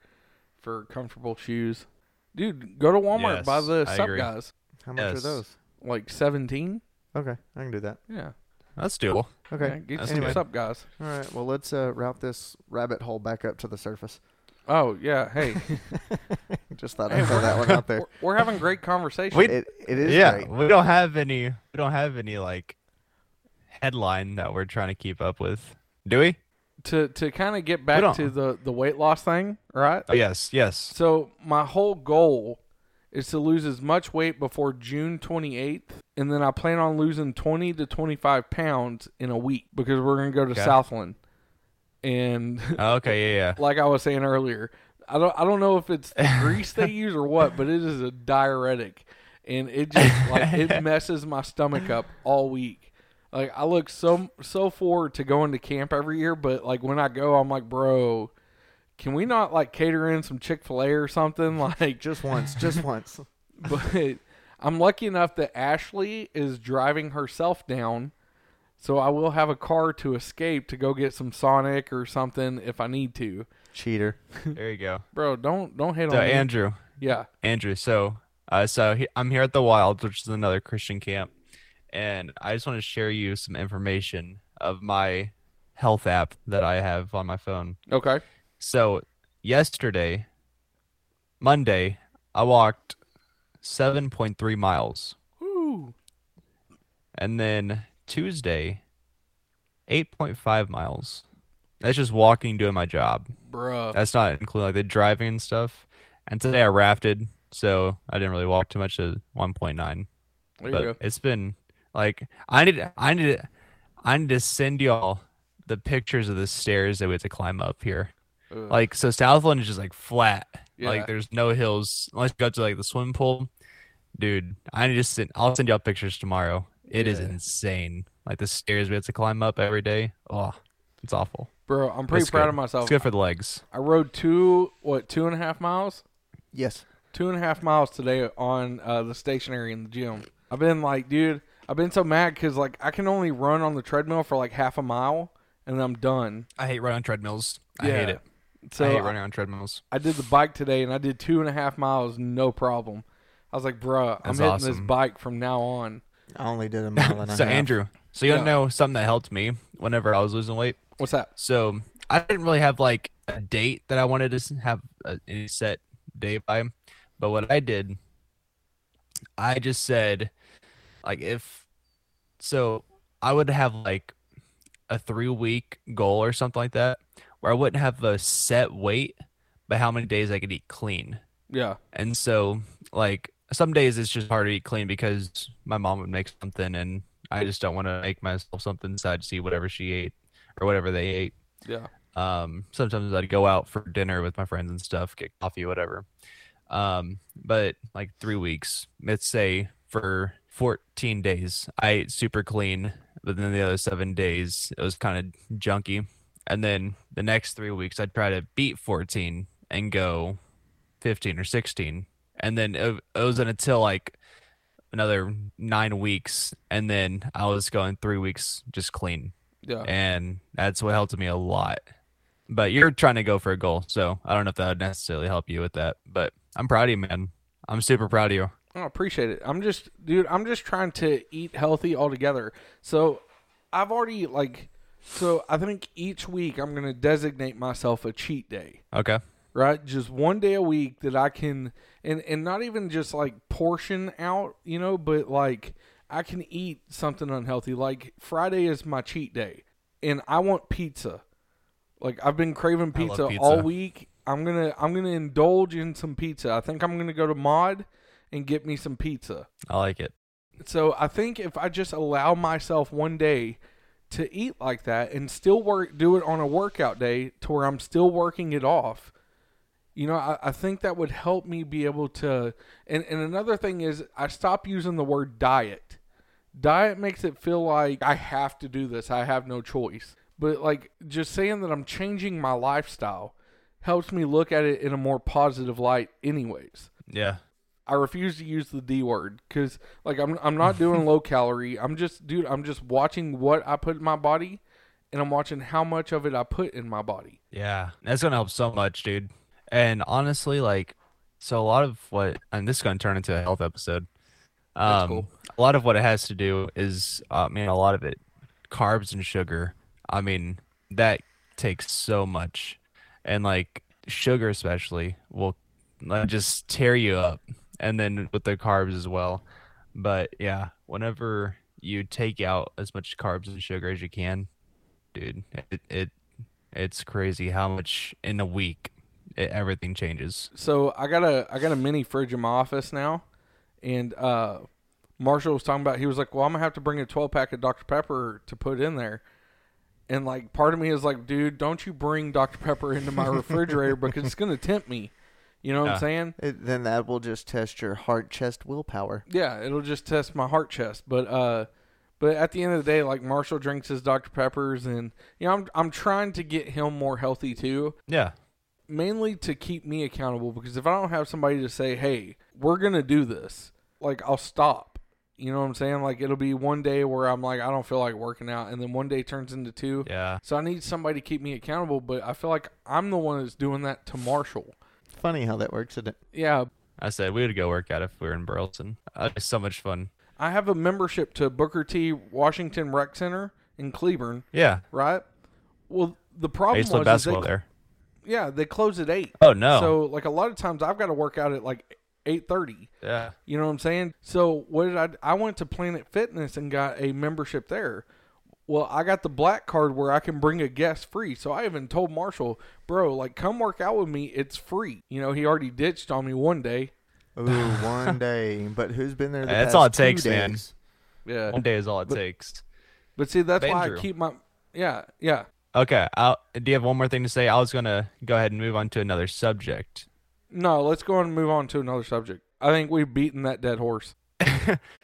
[SPEAKER 1] for comfortable shoes. Dude, go to Walmart buy
[SPEAKER 2] Yes,
[SPEAKER 1] the
[SPEAKER 2] I
[SPEAKER 1] sub
[SPEAKER 2] agree.
[SPEAKER 1] guys.
[SPEAKER 3] How much are
[SPEAKER 2] Yes.
[SPEAKER 3] those?
[SPEAKER 1] Like seventeen?
[SPEAKER 3] Okay, I can do that.
[SPEAKER 1] Yeah.
[SPEAKER 2] That's doable.
[SPEAKER 3] Okay.
[SPEAKER 1] Yeah, get
[SPEAKER 2] that's
[SPEAKER 1] some
[SPEAKER 2] good.
[SPEAKER 1] sub guys.
[SPEAKER 3] All right. Well, let's uh, route this rabbit hole back up to the surface.
[SPEAKER 1] Oh yeah. Hey.
[SPEAKER 3] Just thought
[SPEAKER 1] Hey,
[SPEAKER 3] I'd throw that one out there.
[SPEAKER 1] we're, we're having great conversation.
[SPEAKER 2] Wait.
[SPEAKER 3] It it is
[SPEAKER 2] yeah,
[SPEAKER 3] great.
[SPEAKER 2] we don't have any. We don't have any like headline that we're trying to keep up with, do we?
[SPEAKER 1] To to kind of get
[SPEAKER 2] We
[SPEAKER 1] back
[SPEAKER 2] don't-
[SPEAKER 1] to the the weight loss thing, right?
[SPEAKER 2] Oh yes, yes.
[SPEAKER 1] So my whole goal is to lose as much weight before June 28th, and then I plan on losing 20 to 25 pounds in a week because we're gonna go to
[SPEAKER 2] Okay.
[SPEAKER 1] Southland, and
[SPEAKER 2] Okay, yeah, yeah.
[SPEAKER 1] like I was saying earlier, I don't I don't know if it's the grease they use or what, but it is a diuretic, and it just like it messes my stomach up all week. Like I look so so forward to going to camp every year, but like when I go, I'm like, bro, can we not like cater in some Chick Fil A or something? Like, just,
[SPEAKER 3] Just once. Just once.
[SPEAKER 1] but I'm lucky enough that Ashley is driving herself down. So I will have a car to escape to go get some Sonic or something if I need to.
[SPEAKER 3] Cheater.
[SPEAKER 2] There you go.
[SPEAKER 1] Bro, don't don't hate
[SPEAKER 2] So
[SPEAKER 1] on me.
[SPEAKER 2] Andrew,
[SPEAKER 1] yeah.
[SPEAKER 2] Andrew. So, uh, so he, I'm here at the Wild, which is another Christian camp, and I just want to share you some information of my health app that I have on my phone.
[SPEAKER 1] Okay.
[SPEAKER 2] So yesterday, Monday, I walked 7.3 miles,
[SPEAKER 1] Woo.
[SPEAKER 2] and then Tuesday, 8.5 miles. That's just walking, doing my job.
[SPEAKER 1] Bruh.
[SPEAKER 2] That's not including like the driving and stuff. And today I rafted, so I didn't really walk too much to 1.9.
[SPEAKER 1] There you
[SPEAKER 2] but
[SPEAKER 1] go.
[SPEAKER 2] it's been like I need I need I need to send y'all the pictures of the stairs that we had to climb up here.
[SPEAKER 1] Ugh.
[SPEAKER 2] Like so Southland is just like flat.
[SPEAKER 1] Yeah.
[SPEAKER 2] Like there's no hills unless you go to like the swim pool. Dude, I need to send I'll send y'all pictures tomorrow. It is
[SPEAKER 1] Yeah.
[SPEAKER 2] insane. Like the stairs we have to climb up every day. Oh, it's awful.
[SPEAKER 1] Bro, I'm pretty
[SPEAKER 2] It's
[SPEAKER 1] proud
[SPEAKER 2] good.
[SPEAKER 1] of myself.
[SPEAKER 2] It's good for the legs.
[SPEAKER 1] I rode two what, two and a half miles?
[SPEAKER 3] Yes.
[SPEAKER 1] two and a half miles today on uh, the stationary in the gym. I've been like, dude, I've been so mad because like I can only run on the treadmill for like half a mile and then I'm done.
[SPEAKER 2] I hate running on treadmills. I hate
[SPEAKER 1] Yeah.
[SPEAKER 2] it.
[SPEAKER 1] So
[SPEAKER 2] I hate
[SPEAKER 1] I,
[SPEAKER 2] running on treadmills.
[SPEAKER 1] I did the bike today and I did two and a half miles, no problem. I was like, bruh, I'm
[SPEAKER 2] That's
[SPEAKER 1] hitting this
[SPEAKER 2] awesome.
[SPEAKER 1] bike from now on.
[SPEAKER 3] I only did a mile and a
[SPEAKER 2] So
[SPEAKER 3] half.
[SPEAKER 2] Andrew, so you
[SPEAKER 1] Yeah.
[SPEAKER 2] don't know something that helped me whenever I was losing weight.
[SPEAKER 1] What's that?
[SPEAKER 2] So I didn't really have like a date that I wanted to s- have a, any set day by, but what I did, I just said, like if, so I would have like a three week goal or something like that, where I wouldn't have a set weight, but how many days I could eat clean.
[SPEAKER 1] Yeah.
[SPEAKER 2] And so, like, some days it's just hard to eat clean because my mom would make something and I just don't want to make myself something. So I just eat whatever she ate or whatever they ate.
[SPEAKER 1] Yeah.
[SPEAKER 2] Um, sometimes I'd go out for dinner with my friends and stuff, get coffee, whatever. Um, but like three weeks, let's say for 14 days, I ate super clean, but then the other seven days, it was kind of junky. And then the next three weeks, I'd try to beat 14 and go 15 or 16. And then it, it wasn't until like another nine weeks. And then I was going three weeks just clean
[SPEAKER 1] Yeah.
[SPEAKER 2] and that's what helped me a lot. But you're trying to go for a goal, so I don't know if that would necessarily help you with that. But I'm proud of you, man. I'm super proud of you.
[SPEAKER 1] I appreciate it. I'm just, dude, I'm just trying to eat healthy altogether. So I've already, like, so I think each week I'm going to designate myself a cheat day.
[SPEAKER 2] Okay.
[SPEAKER 1] right? Just one day a week that I can and and not even just like portion out, you know, but like I can eat something unhealthy. Like Friday is my cheat day and I want pizza. Like I've been craving
[SPEAKER 2] I love
[SPEAKER 1] pizza,
[SPEAKER 2] pizza.
[SPEAKER 1] all week. I'm going to I'm going to indulge in some pizza. I think I'm going to go to Mod and get me some pizza.
[SPEAKER 2] I like it.
[SPEAKER 1] So I think if I just allow myself one day to eat like that and still work, do it on a workout day to where I'm still working it off, you know, I, I think that would help me be able to. And, and another thing is, I stop using the word diet. Diet makes it feel like I have to do this, I have no choice. But like just saying that I'm changing my lifestyle helps me look at it in a more positive light, anyways.
[SPEAKER 2] Yeah.
[SPEAKER 1] I refuse to use the D word because like I'm I'm not doing low calorie. I'm just dude. I'm just watching what I put in my body, and I'm watching how much of it I put in my body.
[SPEAKER 2] Yeah. That's gonna help so much, dude. And honestly, like so a lot of what and this is gonna turn into a health episode. Um
[SPEAKER 1] That's cool.
[SPEAKER 2] a lot of what it has to do is uh, I mean a lot of it carbs and sugar. I mean, that takes so much. And like sugar especially will like, just tear you up. And then with the carbs as well. But yeah, whenever you take out as much carbs and sugar as you can, dude, it, it it's crazy how much in a week it, everything changes.
[SPEAKER 1] So I got a I got a mini fridge in my office now, and uh, Marshall was talking about he was like, well, I'm gonna have to bring a 12 pack of Dr Pepper to put in there, and like part of me is like, dude, don't you bring Dr Pepper into my refrigerator because it's gonna tempt me. You know what
[SPEAKER 2] Yeah.
[SPEAKER 1] I'm saying?
[SPEAKER 3] It, then that will just test your heart chest willpower.
[SPEAKER 1] Yeah, it'll just test my heart chest. But uh but at the end of the day, like Marshall drinks his Dr. Peppers and you know, I'm I'm trying to get him more healthy too.
[SPEAKER 2] Yeah.
[SPEAKER 1] Mainly to keep me accountable because if I don't have somebody to say, Hey, we're gonna do this, like I'll stop. You know what I'm saying? Like it'll be one day where I'm like I don't feel like working out, and then one day turns into two.
[SPEAKER 2] Yeah.
[SPEAKER 1] So I need somebody to keep me accountable, but I feel like I'm the one that's doing that to Marshall.
[SPEAKER 3] Funny how that works, isn't it?
[SPEAKER 1] Yeah,
[SPEAKER 2] I said we would go work out if we were in Burleson. That'd be so much fun.
[SPEAKER 1] I have a membership to Booker T. Washington Rec Center in Cleburne,
[SPEAKER 2] Yeah.
[SPEAKER 1] right? Well, the
[SPEAKER 2] I
[SPEAKER 1] problem
[SPEAKER 2] used to play
[SPEAKER 1] was is they,
[SPEAKER 2] basketball there.
[SPEAKER 1] yeah they close at eight.
[SPEAKER 2] Oh, no.
[SPEAKER 1] So like a lot of times I've got to work out at like eight thirty.
[SPEAKER 2] Yeah.
[SPEAKER 1] You know what I'm saying? So what did I? d- I went to Planet Fitness and got a membership there. Well, I got the black card where I can bring a guest free. So I even told Marshall, bro, like come work out with me. It's free. You know, he already ditched on me one day.
[SPEAKER 3] Ooh, one day. But who's been there? The
[SPEAKER 2] That's
[SPEAKER 3] past
[SPEAKER 2] all it
[SPEAKER 3] two
[SPEAKER 2] takes, man.
[SPEAKER 3] days?
[SPEAKER 1] Yeah.
[SPEAKER 2] One day is all it takes.
[SPEAKER 1] But see, that's why I
[SPEAKER 2] Andrew.
[SPEAKER 1] keep my yeah yeah.
[SPEAKER 2] Okay. I'll, do you have one more thing to say? I was gonna go ahead and move on to another subject.
[SPEAKER 1] No, let's go and move on to another subject. I think we've beaten that dead horse.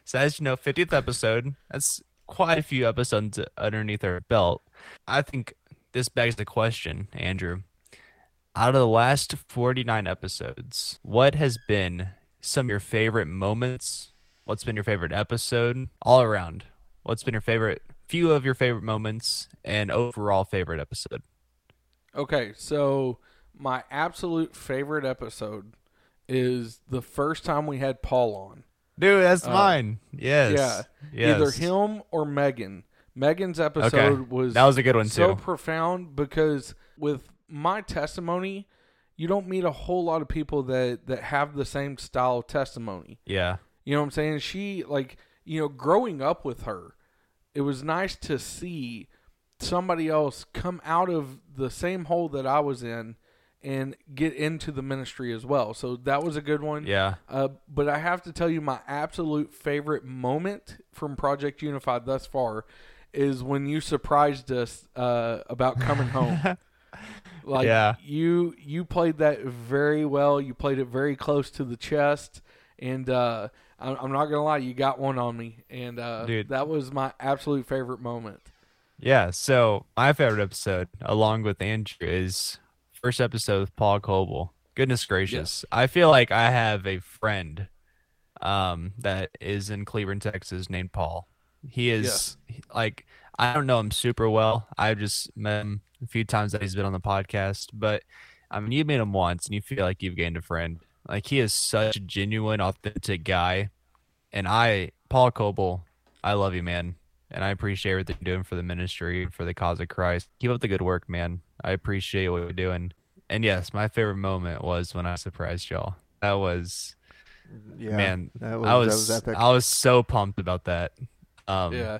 [SPEAKER 2] So as you know, fiftieth episode. That's quite a few episodes underneath our belt. I think this begs the question, Andrew. Out of the last forty-nine episodes, what has been some of your favorite moments? What's been your favorite episode all around? What's been your favorite? Few of your favorite moments and overall favorite episode.
[SPEAKER 1] Okay, so my absolute favorite episode is the first time we had Paul on.
[SPEAKER 2] Dude, that's mine. Yes.
[SPEAKER 1] Uh, Yeah. Either
[SPEAKER 2] Yes.
[SPEAKER 1] him or Megan. Megan's episode
[SPEAKER 2] Okay.
[SPEAKER 1] was
[SPEAKER 2] that was a good one
[SPEAKER 1] so
[SPEAKER 2] too.
[SPEAKER 1] profound because with my testimony, you don't meet a whole lot of people that that have the same style of testimony.
[SPEAKER 2] Yeah.
[SPEAKER 1] You know what I'm saying? She like, you know, growing up with her, it was nice to see somebody else come out of the same hole that I was in and get into the ministry as well. So that was a good one.
[SPEAKER 2] Yeah.
[SPEAKER 1] Uh, but I have to tell you, my absolute favorite moment from Project Unified thus far is when you surprised us uh, about coming home. like
[SPEAKER 2] Yeah.
[SPEAKER 1] you, you played that very well. You played it very close to the chest, and uh, I'm, I'm not gonna lie, you got one on me, and uh,
[SPEAKER 2] Dude.
[SPEAKER 1] that was my absolute favorite moment.
[SPEAKER 2] Yeah, so my favorite episode, along with Andrew, is first episode with Paul Coble. Goodness gracious, I feel like I have a friend um, that is in Cleveland, Texas, named Paul. He is he- like I don't know him super well. I've just met him a few times that he's been on the podcast, but I mean, you meet him once and you feel like you've gained a friend. Like he is such a genuine, authentic guy, and I, Paul Coble, I love you, man. And I appreciate everything you're doing for the ministry and for the cause of Christ. Keep up the good work, man. I appreciate what you're doing. And yes, my favorite moment was when I surprised y'all. That was
[SPEAKER 3] Yeah,
[SPEAKER 2] man,
[SPEAKER 3] that was,
[SPEAKER 2] I was,
[SPEAKER 3] that was epic.
[SPEAKER 2] I was so pumped about that. Um,
[SPEAKER 1] yeah,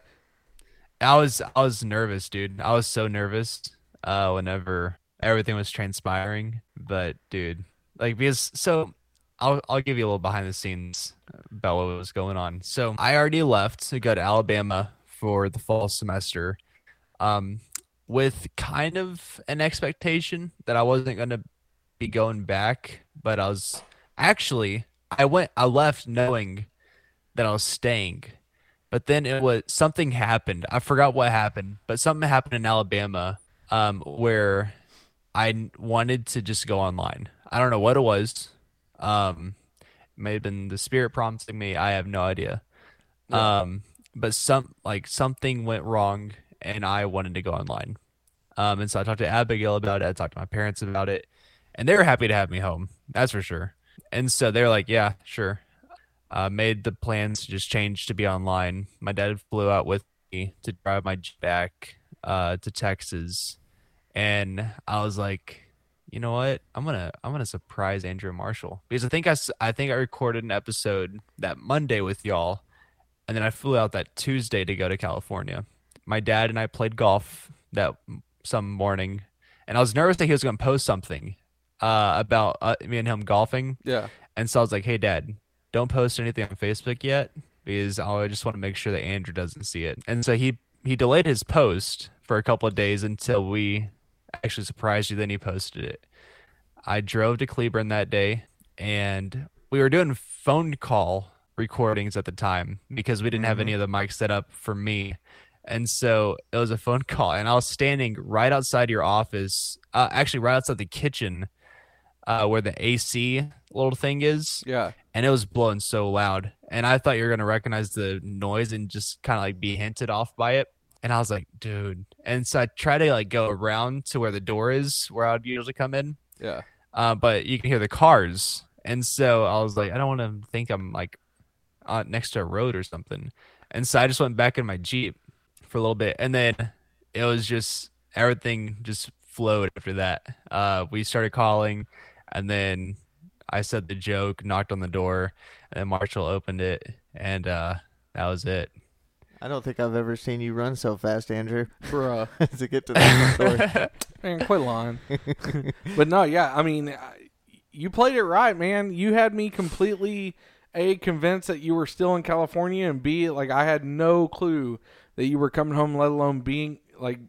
[SPEAKER 2] I was I was nervous, dude. I was so nervous uh whenever everything was transpiring. But dude, like because so I'll I'll give you a little behind the scenes about what was going on. So I already left to go to Alabama for the fall semester. Um with kind of an expectation that I wasn't gonna be going back, but I was actually I went I left knowing that I was staying. But then it was something happened. I forgot what happened, but something happened in Alabama um, where I n- wanted to just go online. I don't know what it was. Um, may have been the spirit prompting me. I have no idea. Um, but some like something went wrong, and I wanted to go online. Um, and so I talked to Abigail about it. I talked to my parents about it, and they were happy to have me home. That's for sure. And so they were like, "Yeah, sure." uh, made the plans to just change to be online. My dad flew out with me to drive my Jeep back uh, to Texas, and I was like, you know what? I'm gonna I'm gonna surprise Andrew Marshall because I think I s- I think I recorded an episode that Monday with y'all, and then I flew out that Tuesday to go to California. My dad and I played golf that m- some morning, and I was nervous that he was gonna post something uh, about uh, me and him golfing.
[SPEAKER 1] yeah,
[SPEAKER 2] And so I was like, hey, dad, don't post anything on Facebook yet because I just want to make sure that Andrew doesn't see it. And so he, he delayed his post for a couple of days until we actually surprised you. Then he posted it. I drove to Cleburne that day and we were doing phone call recordings at the time because we didn't have any of the mics set up for me. And so it was a phone call, and I was standing right outside your office, uh, actually, right outside the kitchen uh, where the AC little thing is,
[SPEAKER 1] Yeah.
[SPEAKER 2] and it was blowing so loud. And I thought you were gonna recognize the noise and just kind of like be hinted off by it. And I was like, dude. And so I try to like go around to where the door is, where I'd usually come in.
[SPEAKER 1] Yeah.
[SPEAKER 2] uh, but you can hear the cars. And so I was like, I don't want to think I'm like uh, next to a road or something. And so I just went back in my Jeep for a little bit. And then it was just everything just flowed after that. Uh, we started calling, and then I said the joke, knocked on the door, and then Marshall opened it, and uh, that was it.
[SPEAKER 3] I don't think I've ever seen you run so fast, Andrew.
[SPEAKER 1] Bruh.
[SPEAKER 3] to get to that story.
[SPEAKER 1] Man, quit lying. but no, yeah, I mean, I- you played it right, man. You had me completely a convinced that you were still in California, and b like I had no clue that you were coming home, let alone being like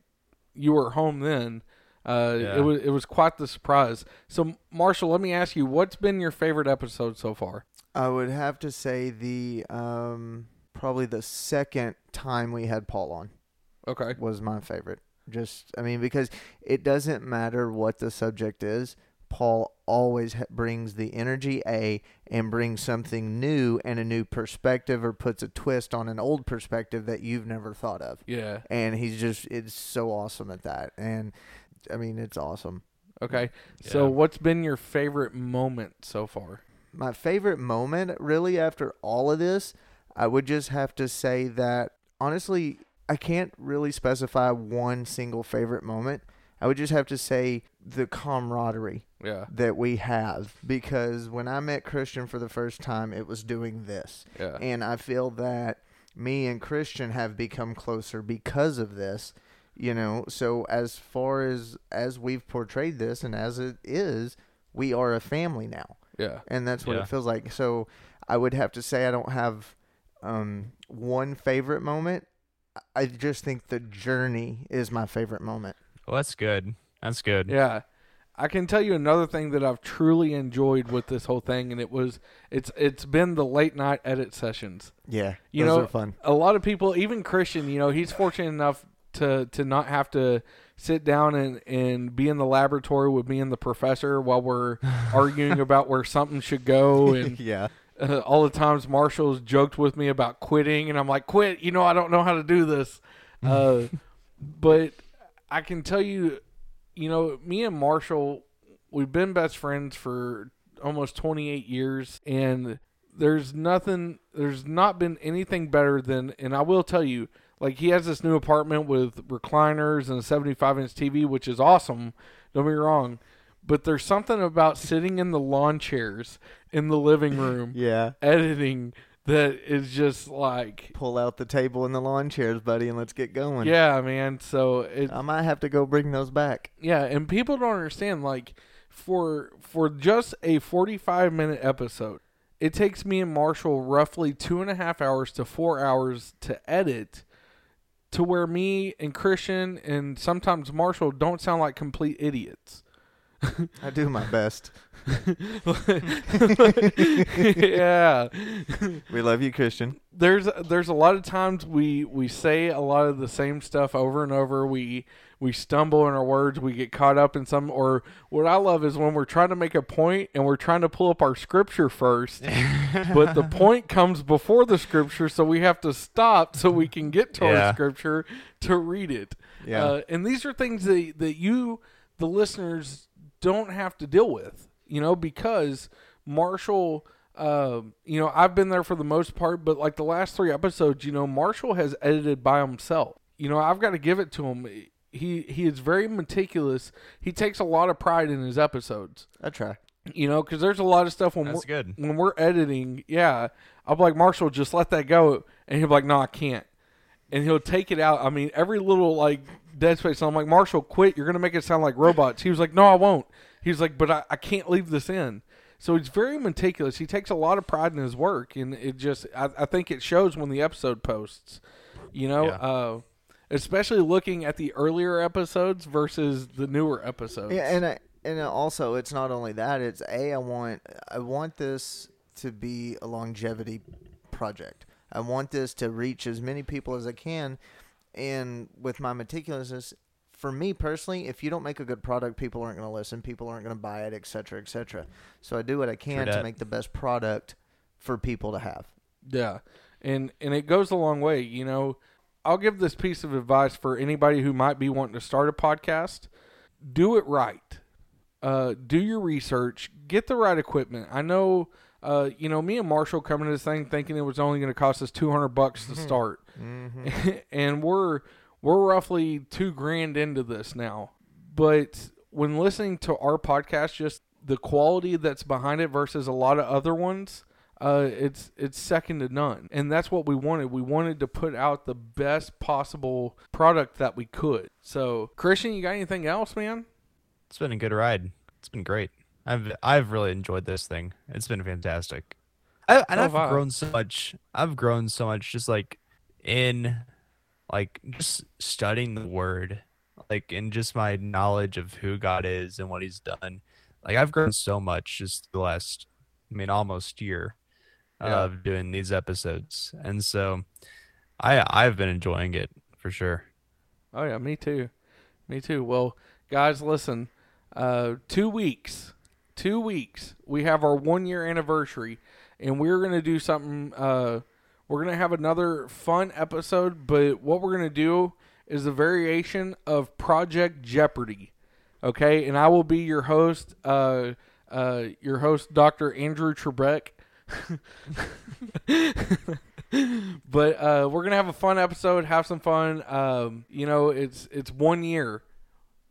[SPEAKER 1] you were home then. Uh,
[SPEAKER 2] Yeah.
[SPEAKER 1] It was it was quite the surprise. So Marshall, let me ask you, what's been your favorite episode so far?
[SPEAKER 3] I would have to say the um, probably the second time we had Paul on
[SPEAKER 1] Okay,
[SPEAKER 3] was my favorite. Just I mean because it doesn't matter what the subject is, Paul always ha- brings the energy a and brings something new and a new perspective or puts a twist on an old perspective that you've never thought of.
[SPEAKER 1] yeah,
[SPEAKER 3] And he's just it's so awesome at that. And I mean it's awesome.
[SPEAKER 1] okay. So
[SPEAKER 2] Yeah.
[SPEAKER 1] what's been your favorite moment so far?
[SPEAKER 3] my favorite moment really after all of this i would just have to say that honestly i can't really specify one single favorite moment i would just have to say the camaraderie
[SPEAKER 1] Yeah,
[SPEAKER 3] that we have because when i met christian for the first time it was doing this
[SPEAKER 1] yeah,
[SPEAKER 3] and I feel that me and Christian have become closer because of this. You know, so as far as as we've portrayed this and as it is, we are a family now,
[SPEAKER 1] yeah,
[SPEAKER 3] and that's what
[SPEAKER 2] Yeah.
[SPEAKER 3] it feels like. So I would have to say I don't have um, one favorite moment. I- I just think the journey is my favorite moment.
[SPEAKER 2] Well, that's good. That's good.
[SPEAKER 1] Yeah. I can tell you another thing that I've truly enjoyed with this whole thing and it was it's it's been the late night edit sessions.
[SPEAKER 3] Yeah,
[SPEAKER 1] You
[SPEAKER 3] those
[SPEAKER 1] know,
[SPEAKER 3] are fun.
[SPEAKER 1] A lot of people, even Christian, you know, he's fortunate enough to to not have to sit down and and be in the laboratory with me and the professor while we're arguing about where something should go and
[SPEAKER 3] Yeah,
[SPEAKER 1] uh, all the times Marshall's joked with me about quitting, and I'm like, quit. You know, I don't know how to do this. Uh, but I can tell you, you know, me and Marshall, we've been best friends for almost 28 years, and there's nothing, there's not been anything better than, and I will tell you, like he has this new apartment with recliners and a 75 inch TV, which is awesome. Don't be wrong. But there's something about sitting in the lawn chairs in the living room
[SPEAKER 3] yeah.
[SPEAKER 1] editing that is just like
[SPEAKER 3] Pull out the table and the lawn chairs, buddy, and let's get going.
[SPEAKER 1] yeah man so it
[SPEAKER 3] I might have to go bring those back.
[SPEAKER 1] yeah and people don't understand like for for just a 45 minute episode it takes me and marshall roughly two and a half hours to four hours to edit to where me and christian and sometimes marshall don't sound like complete idiots
[SPEAKER 3] I do my best.
[SPEAKER 1] yeah
[SPEAKER 3] We love you, Christian.
[SPEAKER 1] there's there's a lot of times we we say a lot of the same stuff over and over we we stumble in our words we get caught up in some or what i love is when we're trying to make a point and we're trying to pull up our scripture first but the point comes before the scripture so we have to stop so we can get to
[SPEAKER 2] Yeah.
[SPEAKER 1] our scripture to read it
[SPEAKER 3] Yeah.
[SPEAKER 1] uh, and these are things that, that you the listeners don't have to deal with you know because marshall um, you know i've been there for the most part but like the last three episodes you know marshall has edited by himself you know i've got to give it to him he he is very meticulous he takes a lot of pride in his episodes
[SPEAKER 3] I try.
[SPEAKER 1] you know because there's a lot of stuff when
[SPEAKER 2] That's
[SPEAKER 1] we're
[SPEAKER 2] good.
[SPEAKER 1] when we're editing yeah i'm like marshall just let that go and he'll be like no i can't and he'll take it out i mean every little like dead space i'm like marshall quit you're gonna make it sound like robots he was like no i won't he was like but i, I can't leave this in so he's very meticulous he takes a lot of pride in his work and it just i, I think it shows when the episode posts you know
[SPEAKER 2] Yeah.
[SPEAKER 1] uh especially looking at the earlier episodes versus the newer episodes
[SPEAKER 3] Yeah, and I, and also it's not only that. It's a I want I want this to be a longevity project. I want this to reach as many people as I can, and with my meticulousness, for me personally, if you don't make a good product, people aren't going to listen, people aren't going to buy it, et cetera, et cetera. So I do what I can to
[SPEAKER 2] dat.
[SPEAKER 3] make the best product for people to have.
[SPEAKER 1] Yeah. And and it goes a long way, you know. I'll give this piece of advice for anybody who might be wanting to start a podcast. Do it right. Uh, do your research. Get the right equipment. I know, uh, you know, me and Marshall coming to this thing thinking it was only going to cost us two hundred bucks to start, and we're we're roughly two grand into this now. But when listening to our podcast, just the quality that's behind it versus a lot of other ones, uh, it's it's second to none, and that's what we wanted. We wanted to put out the best possible product that we could. So, Christian, you got anything else, man?
[SPEAKER 2] It's been a good ride. It's been great. I've I've really enjoyed this thing. It's been fantastic. I, and
[SPEAKER 1] So
[SPEAKER 2] I've
[SPEAKER 1] have I.
[SPEAKER 2] grown so much. I've grown so much just like in like just studying the word, like in just my knowledge of who God is and what he's done. Like I've grown so much just the last I mean almost year
[SPEAKER 1] Yeah.
[SPEAKER 2] of doing these episodes. And so I I've been enjoying it for sure.
[SPEAKER 1] Oh yeah, me too. Me too. Well, guys, listen. Uh, two weeks, two weeks. We have our one year anniversary, and we're gonna do something. Uh, we're gonna have another fun episode, but what we're gonna do is a variation of Project Jeopardy. Okay, and I will be your host. Uh, uh, your host, Doctor Andrew Trebek. but uh, we're gonna have a fun episode, have some fun. Um, you know, it's it's one year.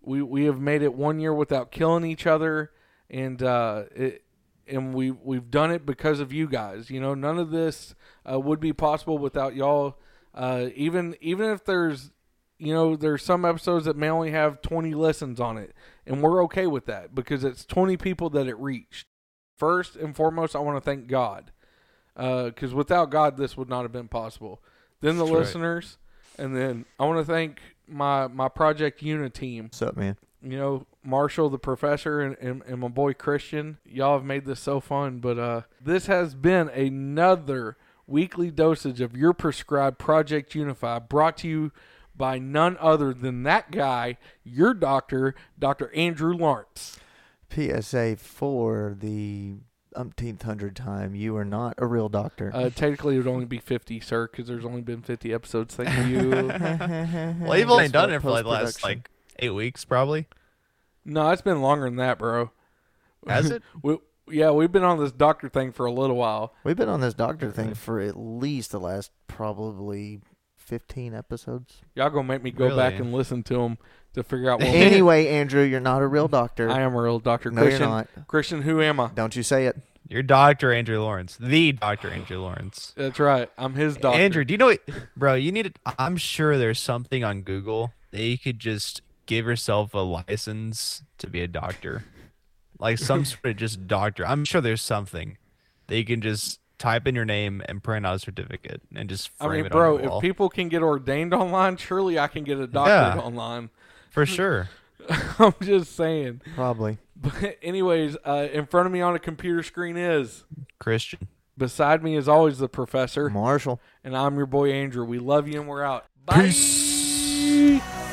[SPEAKER 1] We we have made it one year without killing each other, and uh, it and we we've done it because of you guys. You know, none of this uh, would be possible without y'all. Uh, even even if there's you know there's some episodes that may only have 20 listens on it and we're okay with that because it's 20 people that it reached first and foremost i want to thank god because without God, this would not have been possible. Then the
[SPEAKER 2] That's right.
[SPEAKER 1] listeners, and then I want to thank my my Project Una team.
[SPEAKER 3] What's up, man?
[SPEAKER 1] You know, Marshall, the professor, and, and, and my boy Christian. Y'all have made this so fun. But uh, this has been another weekly dosage of your prescribed Project Unify, brought to you by none other than that guy, your doctor, Doctor Andrew Lawrence.
[SPEAKER 3] PSA for the umpteenth hundred time. You are not a real doctor.
[SPEAKER 1] Uh, technically, it would only be fifty, sir, because there's only been fifty episodes. Thank you.
[SPEAKER 3] Mm-hmm.
[SPEAKER 2] Well, you've only
[SPEAKER 3] Guess
[SPEAKER 2] done
[SPEAKER 3] what?
[SPEAKER 2] it for like the last
[SPEAKER 3] Post-production.
[SPEAKER 2] like eight weeks probably.
[SPEAKER 1] No, it's been longer than that, bro.
[SPEAKER 2] Has it?
[SPEAKER 1] We, yeah, we've been on this doctor thing for a little while.
[SPEAKER 3] We've been on this doctor thing for at least the last probably fifteen episodes.
[SPEAKER 1] Y'all gonna make me go back
[SPEAKER 2] Really?
[SPEAKER 1] and listen to him to figure out what
[SPEAKER 3] anyway, Andrew, you're not a real doctor.
[SPEAKER 1] I am a real doctor.
[SPEAKER 3] No, you're
[SPEAKER 1] Christian,
[SPEAKER 3] not.
[SPEAKER 1] Christian, who am I?
[SPEAKER 3] Don't you say it.
[SPEAKER 2] You're Dr. Andrew Lawrence, the Dr. Andrew Lawrence.
[SPEAKER 1] That's right. I'm his doctor.
[SPEAKER 2] Andrew, do you know what, bro? You need. To, I'm sure there's something on Google that you could just give yourself a license to be a doctor, like some sort of just doctor. I'm sure there's something that you can just type in your name and print out a certificate and just
[SPEAKER 1] I
[SPEAKER 2] frame
[SPEAKER 1] mean,
[SPEAKER 2] it on your
[SPEAKER 1] bro, if
[SPEAKER 2] wall.
[SPEAKER 1] people can get ordained online, surely I can get a doctor
[SPEAKER 2] Yeah.
[SPEAKER 1] online.
[SPEAKER 2] for sure.
[SPEAKER 1] I'm just saying.
[SPEAKER 3] Probably.
[SPEAKER 1] But anyways, uh, in front of me on a computer screen is
[SPEAKER 2] Christian,
[SPEAKER 1] beside me is always the professor,
[SPEAKER 3] Marshall.
[SPEAKER 1] and I'm your boy Andrew. We love you, and we're out. Bye.
[SPEAKER 2] peace.